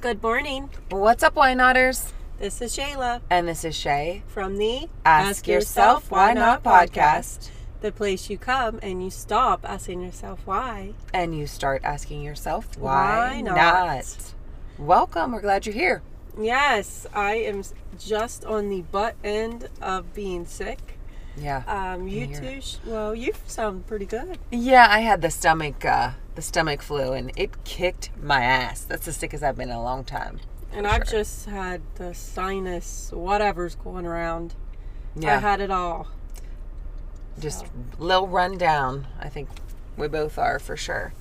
Good morning. What's up, Wine Otters? This is Shayla And this is Shay. from the Ask Yourself Why Not podcast. the place you come and you stop asking yourself why. And you start asking yourself, Why why, not? not? Welcome. We're glad you're here. Yes, I am s- just on the butt end of being sick. Yeah. Um, you hear two, sh- well, you sound pretty good. yeah, I had the stomach, uh, the stomach flu, and it kicked my ass. That's the sickest I've been in a long time. And I've just had the sinus, whatever's going around. Yeah. I had it all. just little rundown. I think we both are for sure.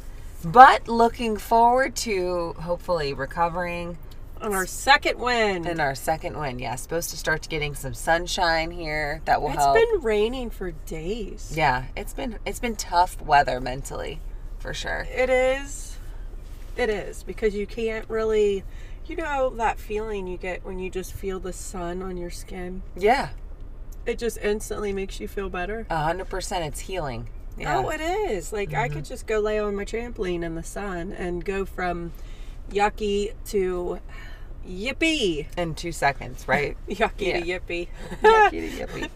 But looking forward to hopefully recovering On our second win. in our second win. Yeah, supposed to start getting some sunshine here. That will it's help. been raining for days. Yeah, it's been it's been tough weather mentally, for sure. It is. It is because you can't really, you know, that feeling you get when you just feel the sun on your skin. Yeah, It just instantly makes you feel better. a hundred percent. It's healing. Yeah, Mm-hmm. Oh, it is. Like I could just go lay on my trampoline in the sun and go from yucky to yippee, in two seconds, right? yucky Yeah. to yippee. Yucky to yippee.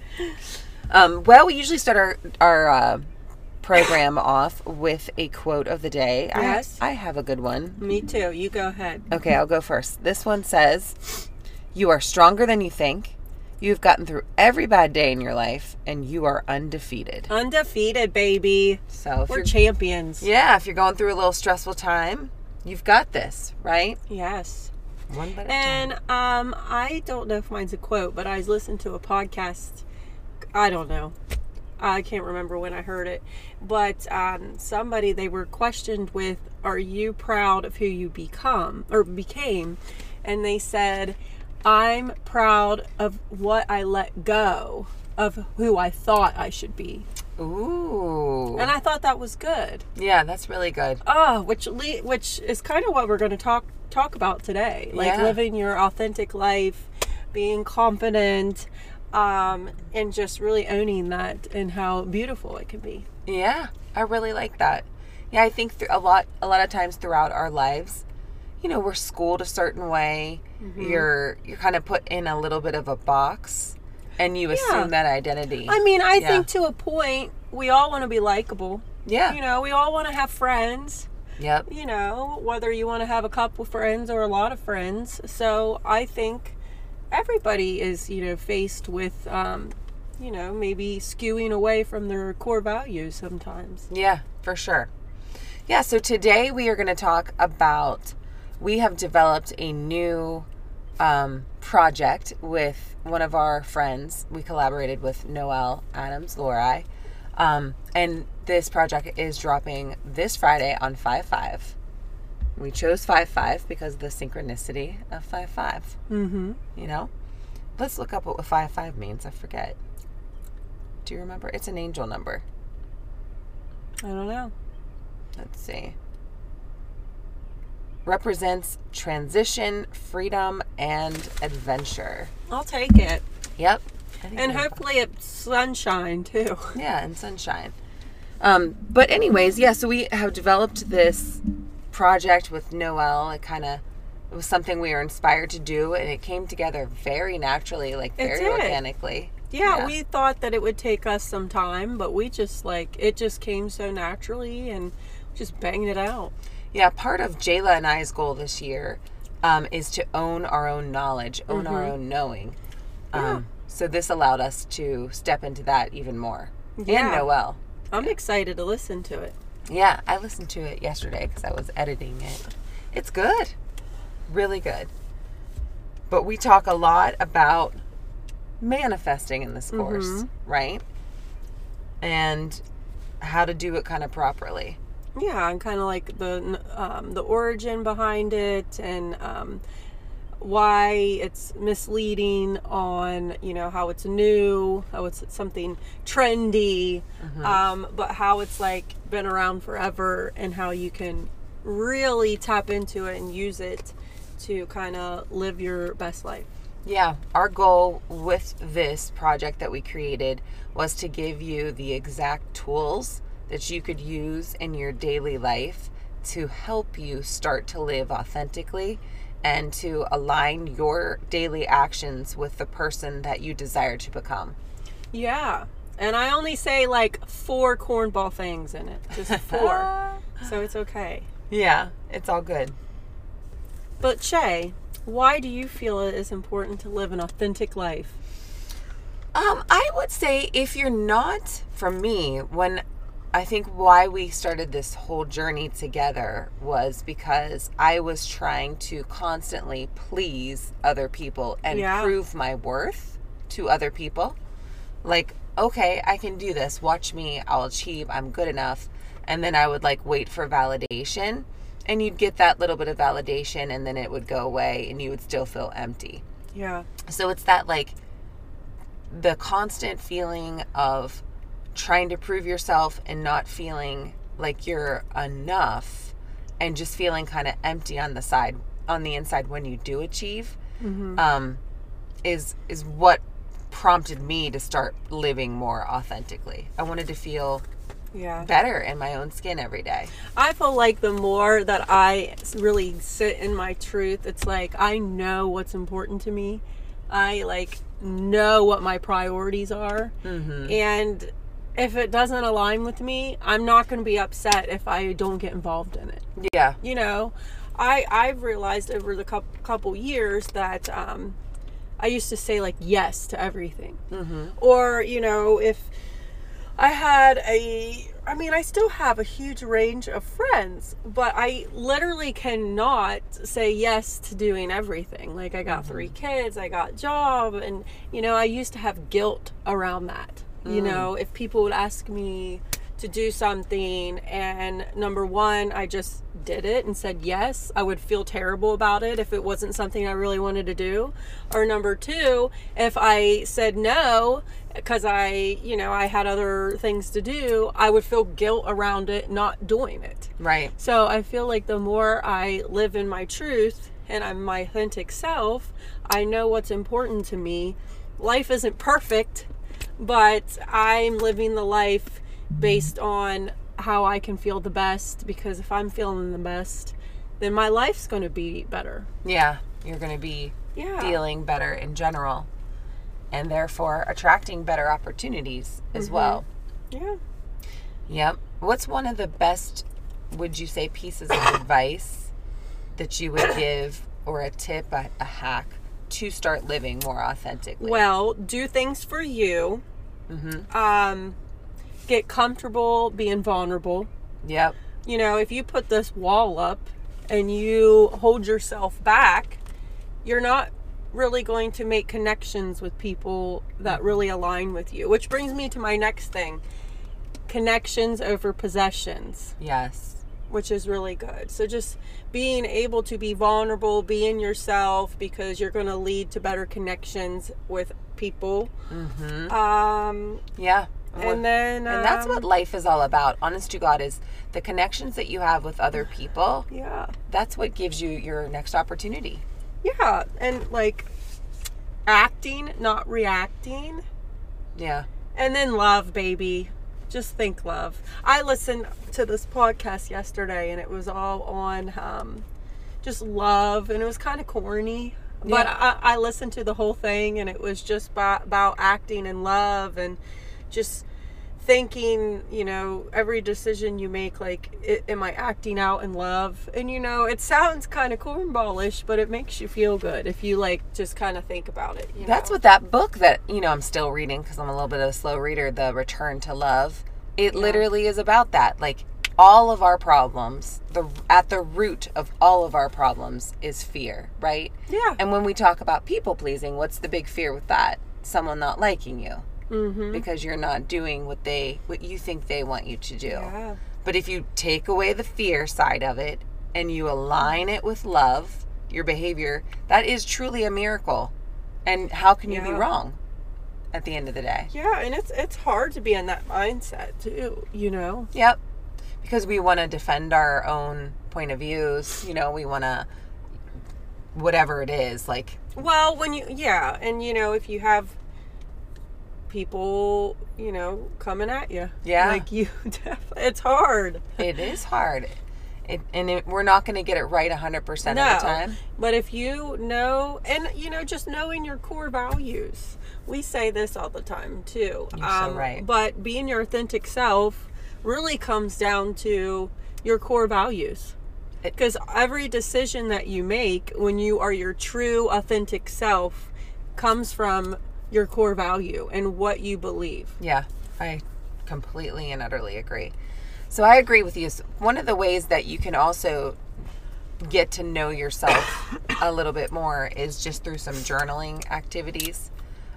um, well, we usually start our our uh, program off with a quote of the day. I- Yes. I have a good one. Me too. You go ahead. Okay, I'll go first. This one says, You are stronger than you think. You've gotten through every bad day in your life, and you are undefeated. Undefeated, baby. So, if We're you're, champions. yeah, if you're going through a little stressful time, you've got this, right? Yes. One bit And um, I don't know if mine's a quote, but I was listening to a podcast. I don't know. I can't remember when I heard it, but um, somebody they were questioned with, "Are you proud of who you become or became?" And they said, "I'm proud of what I let go of who I thought I should be," Ooh. and I thought that was good. yeah, that's really good. Ah, which le- which is kind of what we're going to talk talk about today, like Yeah. living your authentic life, being confident, um, and just really owning that and how beautiful it can be. Yeah, I really like that. Yeah, I think th- a lot, a lot of times throughout our lives, you know, we're schooled a certain way. Mm-hmm. You're you're kind of put in a little bit of a box, and you assume that identity. I mean, I Yeah. think to a point we all want to be likable. yeah. You know, we all want to have friends. Yep. You know, whether you want to have a couple friends or a lot of friends. So I think everybody is you know faced with. Um, you know, maybe skewing away from their core values sometimes. Yeah, for sure. Yeah, so today we are going to talk about we have developed a new um, project with one of our friends. We collaborated with Noel Adams Lori. Um, and this project is dropping this Friday on 5 5. We chose 5 5 because of the synchronicity of 5 5. Mm-hmm. You know? Let's look up what 5 5 means. I forget. Do you remember? It's an angel number. I don't know. let's see represents transition freedom and adventure I'll take it. yep I think And we- hopefully it's sunshine too. yeah and sunshine um but anyways yeah so we have developed this project with noel it kind of it was something we were inspired to do and it came together very naturally like It very did. organically Yeah, Yeah. we thought that it would take us some time, but we just like it just came so naturally and just banged it out. Yeah, part of Jayla and I's goal this year um, is to own our own knowledge, own our own knowing. Um, So this allowed us to step into that even more. Yeah. And Noel. I'm excited to listen to it. Yeah, I listened to it yesterday because I was editing it. It's good, really good. But we talk a lot about manifesting in this course, right? And how to do it kind of properly. Yeah, and kind of like the um, the origin behind it and um, why it's misleading on you know how it's new, how it's something trendy, um, but how it's like been around forever and how you can really tap into it and use it to kind of live your best life. Yeah, our goal with this project that we created was to give you the exact tools that you could use in your daily life to help you start to live authentically and to align your daily actions with the person that you desire to become. Yeah. And I only say like four cornball things in it. Just four. so it's okay. yeah, it's all good. But Shay, why do you feel it is important to live an authentic life? Um, I would say if you're not, for me, when I think why we started this whole journey together was because I was trying to constantly please other people and Yeah. prove my worth to other people. Like, okay, I can do this. Watch me. I'll achieve. I'm good enough. And then I would like wait for validation. And you'd get that little bit of validation, and then it would go away, and you would still feel empty. Yeah. So it's that like the constant feeling of trying to prove yourself and not feeling like you're enough and just feeling kind of empty on the side on the inside when you do achieve Mm-hmm. um is is what prompted me to start living more authentically. I wanted to feel Yeah. better in my own skin every day. I feel like the more that I s- really sit in my truth, it's like I know what's important to me. I like know what my priorities are. Mm-hmm. Mhm. And if it doesn't align with me, I'm not going to be upset if I don't get involved in it. Yeah. you know i i've realized over the couple, couple years that um i used to say like yes to everything Mhm. or you know if i had a i mean i still have a huge range of friends but i literally cannot say yes to doing everything like i got three kids i got job and you know i used to have guilt around that you know if people would ask me to do something and number one i just did it and said yes i would feel terrible about it if it wasn't something i really wanted to do or number two if i said no because i you know i had other things to do i would feel guilt around it not doing it Right. so I feel like the more I live in my truth and I'm my authentic self, I know what's important to me. Life isn't perfect, but I'm living the life based on how I can feel the best because if I'm feeling the best, then my life's going to be better. Yeah. You're going to be Yeah. feeling better in general and therefore attracting better opportunities as Mm-hmm. well. Yeah. Yep. What's one of the best, would you say, pieces of advice that you would give or a tip, a, a hack to start living more authentically? Well, do things for you. Mm-hmm. Um, get comfortable being vulnerable. yep. you know, if you put this wall up and you hold yourself back, you're not really going to make connections with people that really align with you. Which brings me to my next thing connections over possessions, Yes. which is really good. So just being able to be vulnerable, be in yourself, because you're going to lead to better connections with people. Mm-hmm. Um, Yeah. and then. and that's um, what life is all about. Honest to God, is the connections that you have with other people. Yeah. That's what gives you your next opportunity. Yeah, and like acting, not reacting. Yeah. And then love, baby. Just think love. I listened to this podcast yesterday and it was all on um, just love and it was kind of corny. But Yeah. I, I listened to the whole thing and it was just by, about acting and love and just thinking, you know, every decision you make, like, i am I acting out in love? And, you know, it sounds kind of cornballish, but it makes you feel good if you, like, just kind of think about it. You That's know? what that book that you know I'm still reading because I'm a little bit of a slow reader. The Return to Love. It literally is about that. Like all of our problems, the at the root of all of our problems is fear, right? Yeah. And when we talk about people pleasing, what's the big fear with that? Someone not liking you Mm-hmm. because you're not doing what they what you think they want you to do. Yeah. But if you take away the fear side of it and you align it with love, your behavior, that is truly a miracle. And how can you be Yeah. wrong at the end of the day? Yeah, and it's it's hard to be in that mindset too, you know. Yep. Because we want to defend our own point of views, you know, we want to whatever it is, like Well, when you yeah, and you know if you have people, you know, coming at you, Yeah. like you, def- it's hard. it is hard. It, and it, we're not going to get it right 100% no. of the time. But if you know, and you know, just knowing your core values, we say this all the time too. Um, You're so right. But being your authentic self really comes down to your core values. It- Because every decision that you make when you are your true, authentic self comes from your core value and what you believe. Yeah, I completely and utterly agree. So I agree with you. S- One of the ways that you can also get to know yourself a little bit more is just through some journaling activities.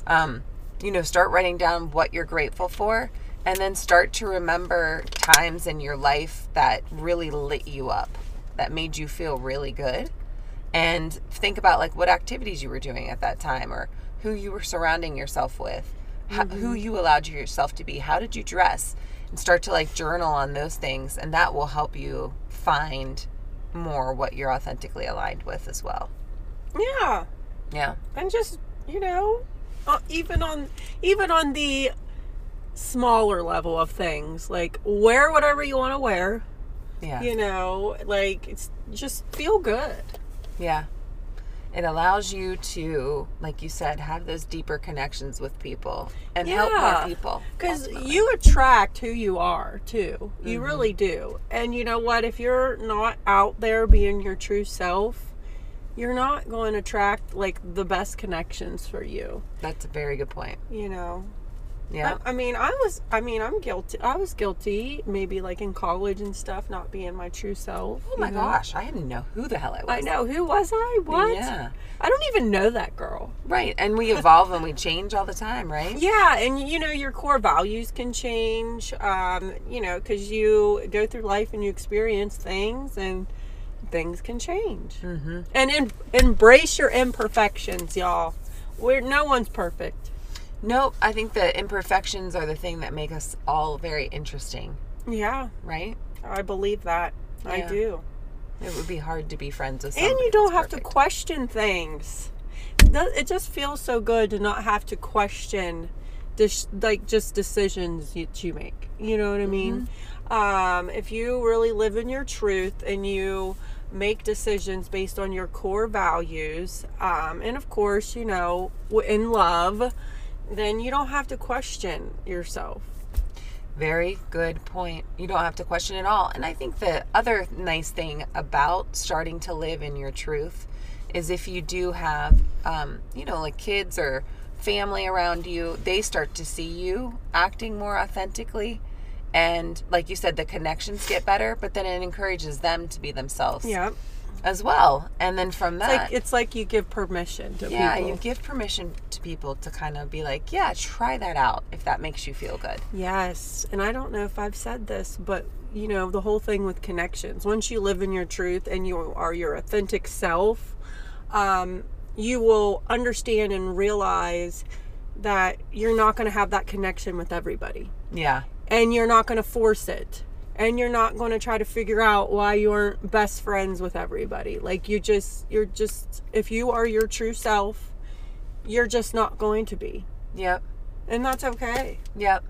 Um, you know, start writing down what you're grateful for and then start to remember times in your life that really lit you up, that made you feel really good. And think about like what activities you were doing at that time or who you were surrounding yourself with, ho- who you allowed yourself to be, how did you dress, and start to like journal on those things. And that will help you find more what you're authentically aligned with as well. Yeah. Yeah. and just you know uh, even on even on the smaller level of things like wear whatever you want to wear Yeah. you know like it's just feel good Yeah. It allows you to, like you said, have those deeper connections with people and help Yeah. more people. because you attract who you are too you really do and you know what if you're not out there being your true self you're not going to attract like the best connections for you That's a very good point. you know Yeah. I, I mean, I was, I mean, I'm guilty. I was guilty, maybe like in college and stuff, not being my true self. Oh my you know? gosh, I didn't know who the hell I was. I know. Who was I? What? Yeah. I don't even know that girl. Right. And we evolve and we change all the time, right? Yeah. And, you know, your core values can change, um, you know, because you go through life and you experience things and things can change. Mm-hmm. And em- embrace your imperfections, y'all. We're, no one's perfect. Nope. I think that imperfections are the thing that make us all very interesting, Yeah. right? I believe that. I Yeah. do. It would be hard to be friends with and somebody you don't that's have to perfect. question things Th- it just feels so good to not have to question dis- like just decisions that you make you know what i mean Mm-hmm. um, if you really live in your truth and you make decisions based on your core values um, and of course you know w- in love then you don't have to question yourself Very good point. You don't have to question at all. And I think the other nice thing about starting to live in your truth is if you do have, um, you know, like kids or family around you, they start to see you acting more authentically. And like you said, the connections get better, but then it encourages them to be themselves yeah it's as well. And then from that, like it's like you give permission to yeah, people you give permission to people to kind of be like, yeah, try that out if that makes you feel good. Yes. And I don't know if I've said this, but you know, the whole thing with connections. Once you live in your truth and you are your authentic self, um, you will understand and realize that you're not going to have that connection with everybody. Yeah. And you're not going to force it. And you're not going to try to figure out why you aren't best friends with everybody. Like, you just, you're just, if you are your true self, you're just not going to be. Yep. And that's okay. Yep.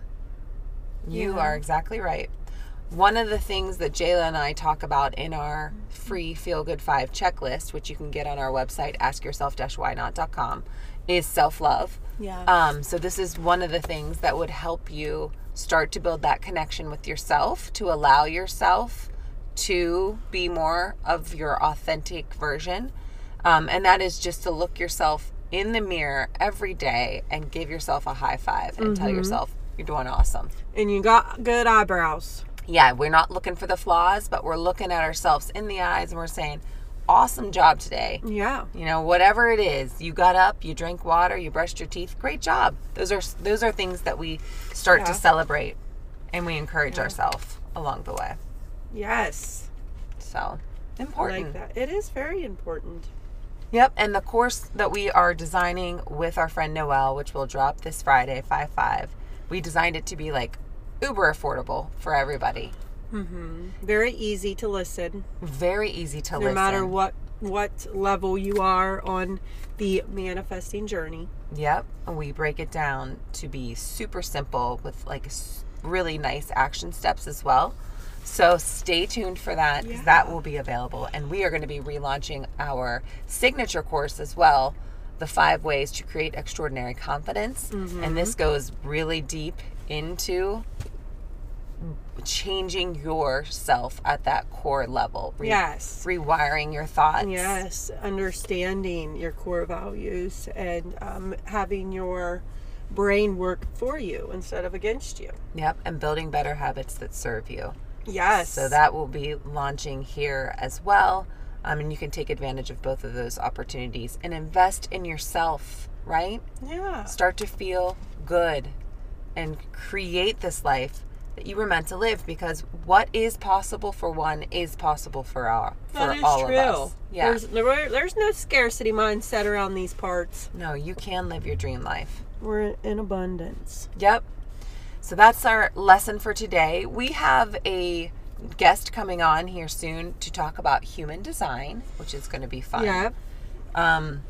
You Yeah. are exactly right. One of the things that Jayla and I talk about in our free Feel Good 5 checklist, which you can get on our website, askyourself-whynot.com, is self-love. Yeah. Um, so this is one of the things that would help you start to build that connection with yourself, to allow yourself to be more of your authentic version. Um, and that is just to look yourself in the mirror every day and give yourself a high five and Mm-hmm. tell yourself you're doing awesome. and you got good eyebrows. Yeah, we're not looking for the flaws, but we're looking at ourselves in the eyes and we're saying, awesome job today. Yeah. You know, whatever it is, you got up, you drank water, you brushed your teeth. Great job. Those are those are things that we start Yeah. to celebrate, and we encourage ourselves along the way. Yes. So I important. like that. It is very important. Yep, and the course that we are designing with our friend Noel, which will drop this Friday, 5 5, we designed it to be like uber affordable for everybody. Very easy to listen, Very easy to no listen. matter what what level you are on the manifesting journey. Yep. And we break it down to be super simple with like s- really nice action steps as well. So stay tuned for that 'cause Yeah. that will be available. And we are going to be relaunching our signature course as well The Five Ways to Create Extraordinary Confidence. Mm-hmm. And this goes really deep into changing yourself at that core level. Re- Yes. Rewiring your thoughts. Yes, understanding your core values and um, having your brain work for you instead of against you. Yep. And building better habits that serve you. Yes. So that will be launching here as well. Um, and you can take advantage of both of those opportunities and invest in yourself, right? yeah, Start to feel good and create this life that you were meant to live because what is possible for one is possible for all for that is all true. of us. Yeah. There's, there- there's no scarcity mindset around these parts. no, you can live your dream life. We're in abundance. Yep. So that's our lesson for today. We have a guest coming on here soon to talk about human design, which is going to be fun. Yeah, Um,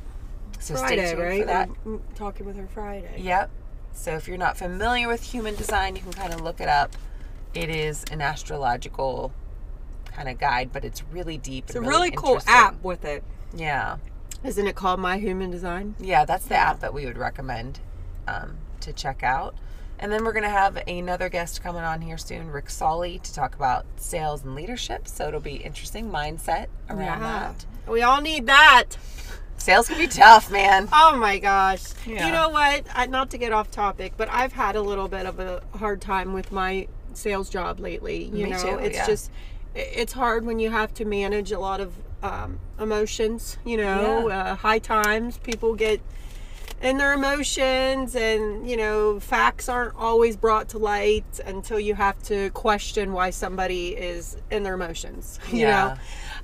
so stay Friday, tuned right? for that. We're talking with her Friday. Yep. So if you're not familiar with human design, you can kind of look it up. It is an astrological kind of guide, but it's really deep. It's a really cool app with it. Yeah. Isn't it called My Human Design? Yeah, that's the app that we would recommend um, to check out. And then we're going to have another guest coming on here soon, Rick Solly, to talk about sales and leadership. So it'll be interesting mindset around that. We all need that. Sales can be tough, man. Oh my gosh. Yeah. You know what? I, not to get off topic, but I've had a little bit of a hard time with my sales job lately. You Me know, too, it's yeah. just, i- it's hard when you have to manage a lot of um, emotions, you know, Yeah. uh, high times, people get in their emotions and you know facts aren't always brought to light until you have to question why somebody is in their emotions you Yeah.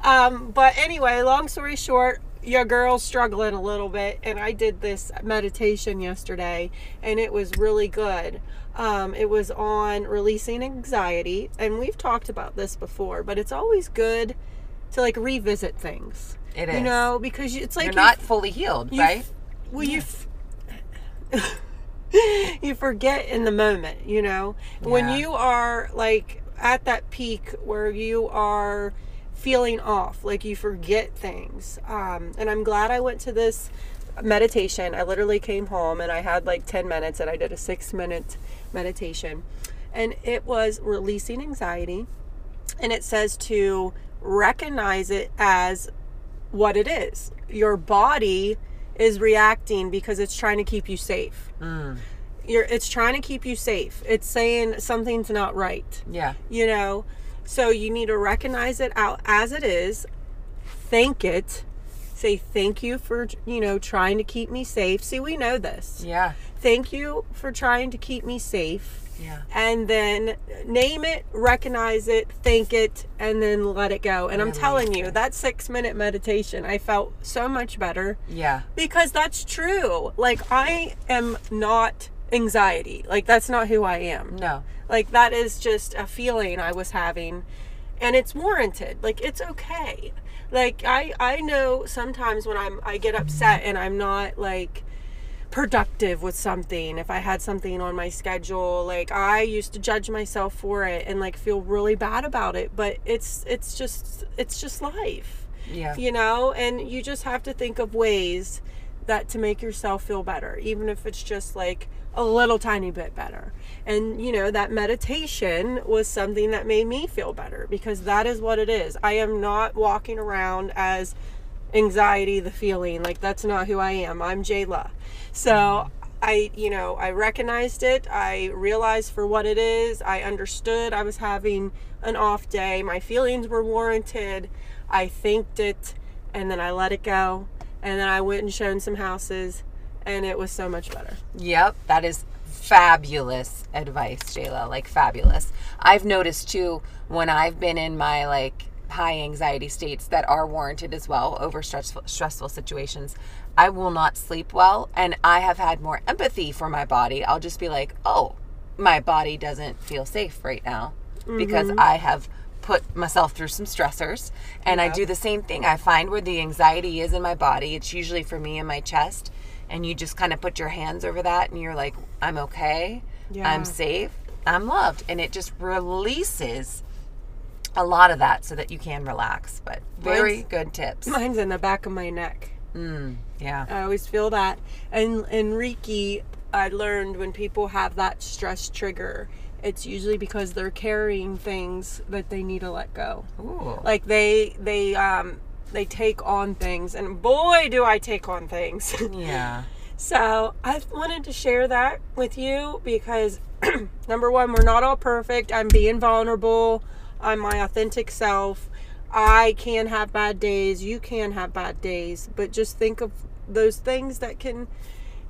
know um, but anyway long story short your girl's struggling a little bit and i did this meditation yesterday and it was really good um, it was on releasing anxiety and we've talked about this before but it's always good to like revisit things It you is. know because it's like you're you not fully healed, you right? f- well, you f- you forget in the moment, you know, Yeah. when you are like at that peak where you are feeling off, like you forget things. Um, and I'm glad I went to this meditation. I literally came home and I had like 10 minutes and I did a six minute meditation. And it was releasing anxiety. And it says to recognize it as what it is. Your body is reacting because it's trying to keep you safe. You're, it's trying to keep you safe. It's saying something's not right, yeah. you know? So you need to recognize it out as it is, thank it, say thank you for, you know, trying to keep me safe. See, we know this. Yeah. Thank you for trying to keep me safe. Yeah. And then name it, recognize it, thank it, and then let it go. And I'm telling you, that six minute meditation, I felt so much better Yeah. because that's true. Like, I am not anxiety. Like, that's not who I am. No. Like, that is just a feeling I was having, and it's warranted. Like, it's okay. Like, I, I know sometimes when I'm, I get upset and I'm not like, productive with something if i had something on my schedule like i used to judge myself for it and like feel really bad about it but it's it's just it's just life Yeah. you know and you just have to think of ways that to make yourself feel better even if it's just like a little tiny bit better and you know that meditation was something that made me feel better because that is what it is i am not walking around as anxiety the feeling like that's not who i am i'm jayla so i you know i recognized it i realized for what it is i understood i was having an off day my feelings were warranted i thanked it and then i let it go and then i went and shown some houses and it was so much better Yep, that is fabulous advice, Jayla. Like fabulous. I've noticed too when I've been in my like high anxiety states that are warranted as well over stressful stressful situations. I will not sleep well and I have had more empathy for my body. I'll just be like, "Oh, my body doesn't feel safe right now because Mm-hmm. I have put myself through some stressors and I do the same thing. I find where the anxiety is in my body. It's usually for me in my chest and you just kind of put your hands over that and you're like, I'm okay. Yeah. I'm safe. I'm loved and it just releases a lot of that so that you can relax. But very Mine's- good tips. Mine's in the back of my neck. Mm, yeah. I always feel that. And and Reiki, I learned when people have that stress trigger, it's usually because they're carrying things that they need to let go. Ooh. Like they they um they take on things, and boy, do I take on things. yeah. So I wanted to share that with you because number one, we're not all perfect. I'm being vulnerable. I'm my authentic self. I can have bad days. You can have bad days. But just think of those things that can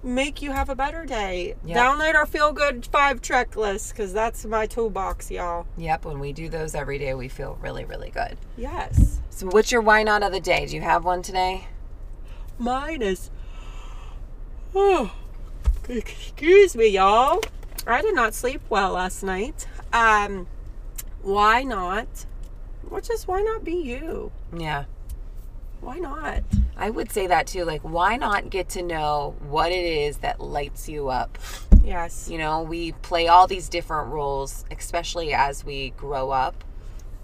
make you have a better day. Yeah. Download our feel good five checklist because that's my toolbox, y'all. Yep. When we do those every day, we feel really, really good. Yes. So, what's your why not of the day? Do you have one today? Mine is. Oh, excuse me, y'all. I did not sleep well last night. Um, why not? Well, just why not be you? Yeah. Why not? I would say that too. Like, why not get to know what it is that lights you up? Yes. You know, we play all these different roles, especially as we grow up.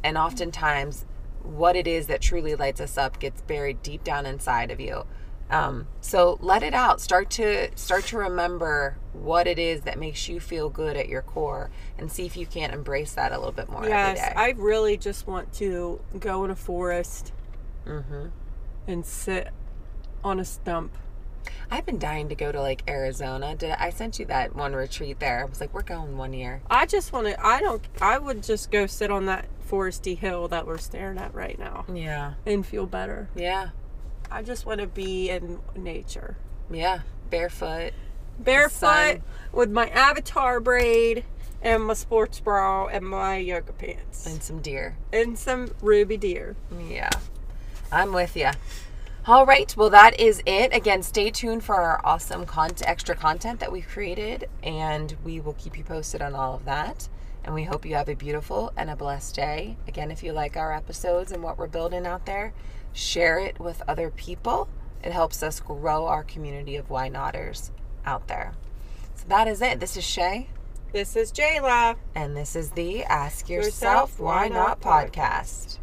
And oftentimes, what it is that truly lights us up gets buried deep down inside of you. Um, so let it out. Start to start to remember what it is that makes you feel good at your core, and see if you can't embrace that a little bit more Yes. every I really just want to go in a forest day. mm-hmm. and sit on a stump. I've been dying to go to like Arizona. Did I sent you that one retreat there? I was like, we're going one year. I just want to. I don't. I would just go sit on that foresty hill that we're staring at right now Yeah. and feel better. Yeah. I just want to be in nature. Yeah. Barefoot. barefoot sun. with my avatar braid and my sports bra and my yoga pants And and, some deer. some ruby deer. Yeah. I'm with you. All right. Well, that is it. Again, stay tuned for our awesome content, extra content that we've created, and we will keep you posted on all of that. And we hope you have a beautiful and a blessed day. Again, if you like our episodes and what we're building out there, share it with other people. It helps us grow our community of why notters out there. So that is it. This is Shay, This is Jayla. and this is the Ask Yourself, Yourself Why Why Not Not podcast.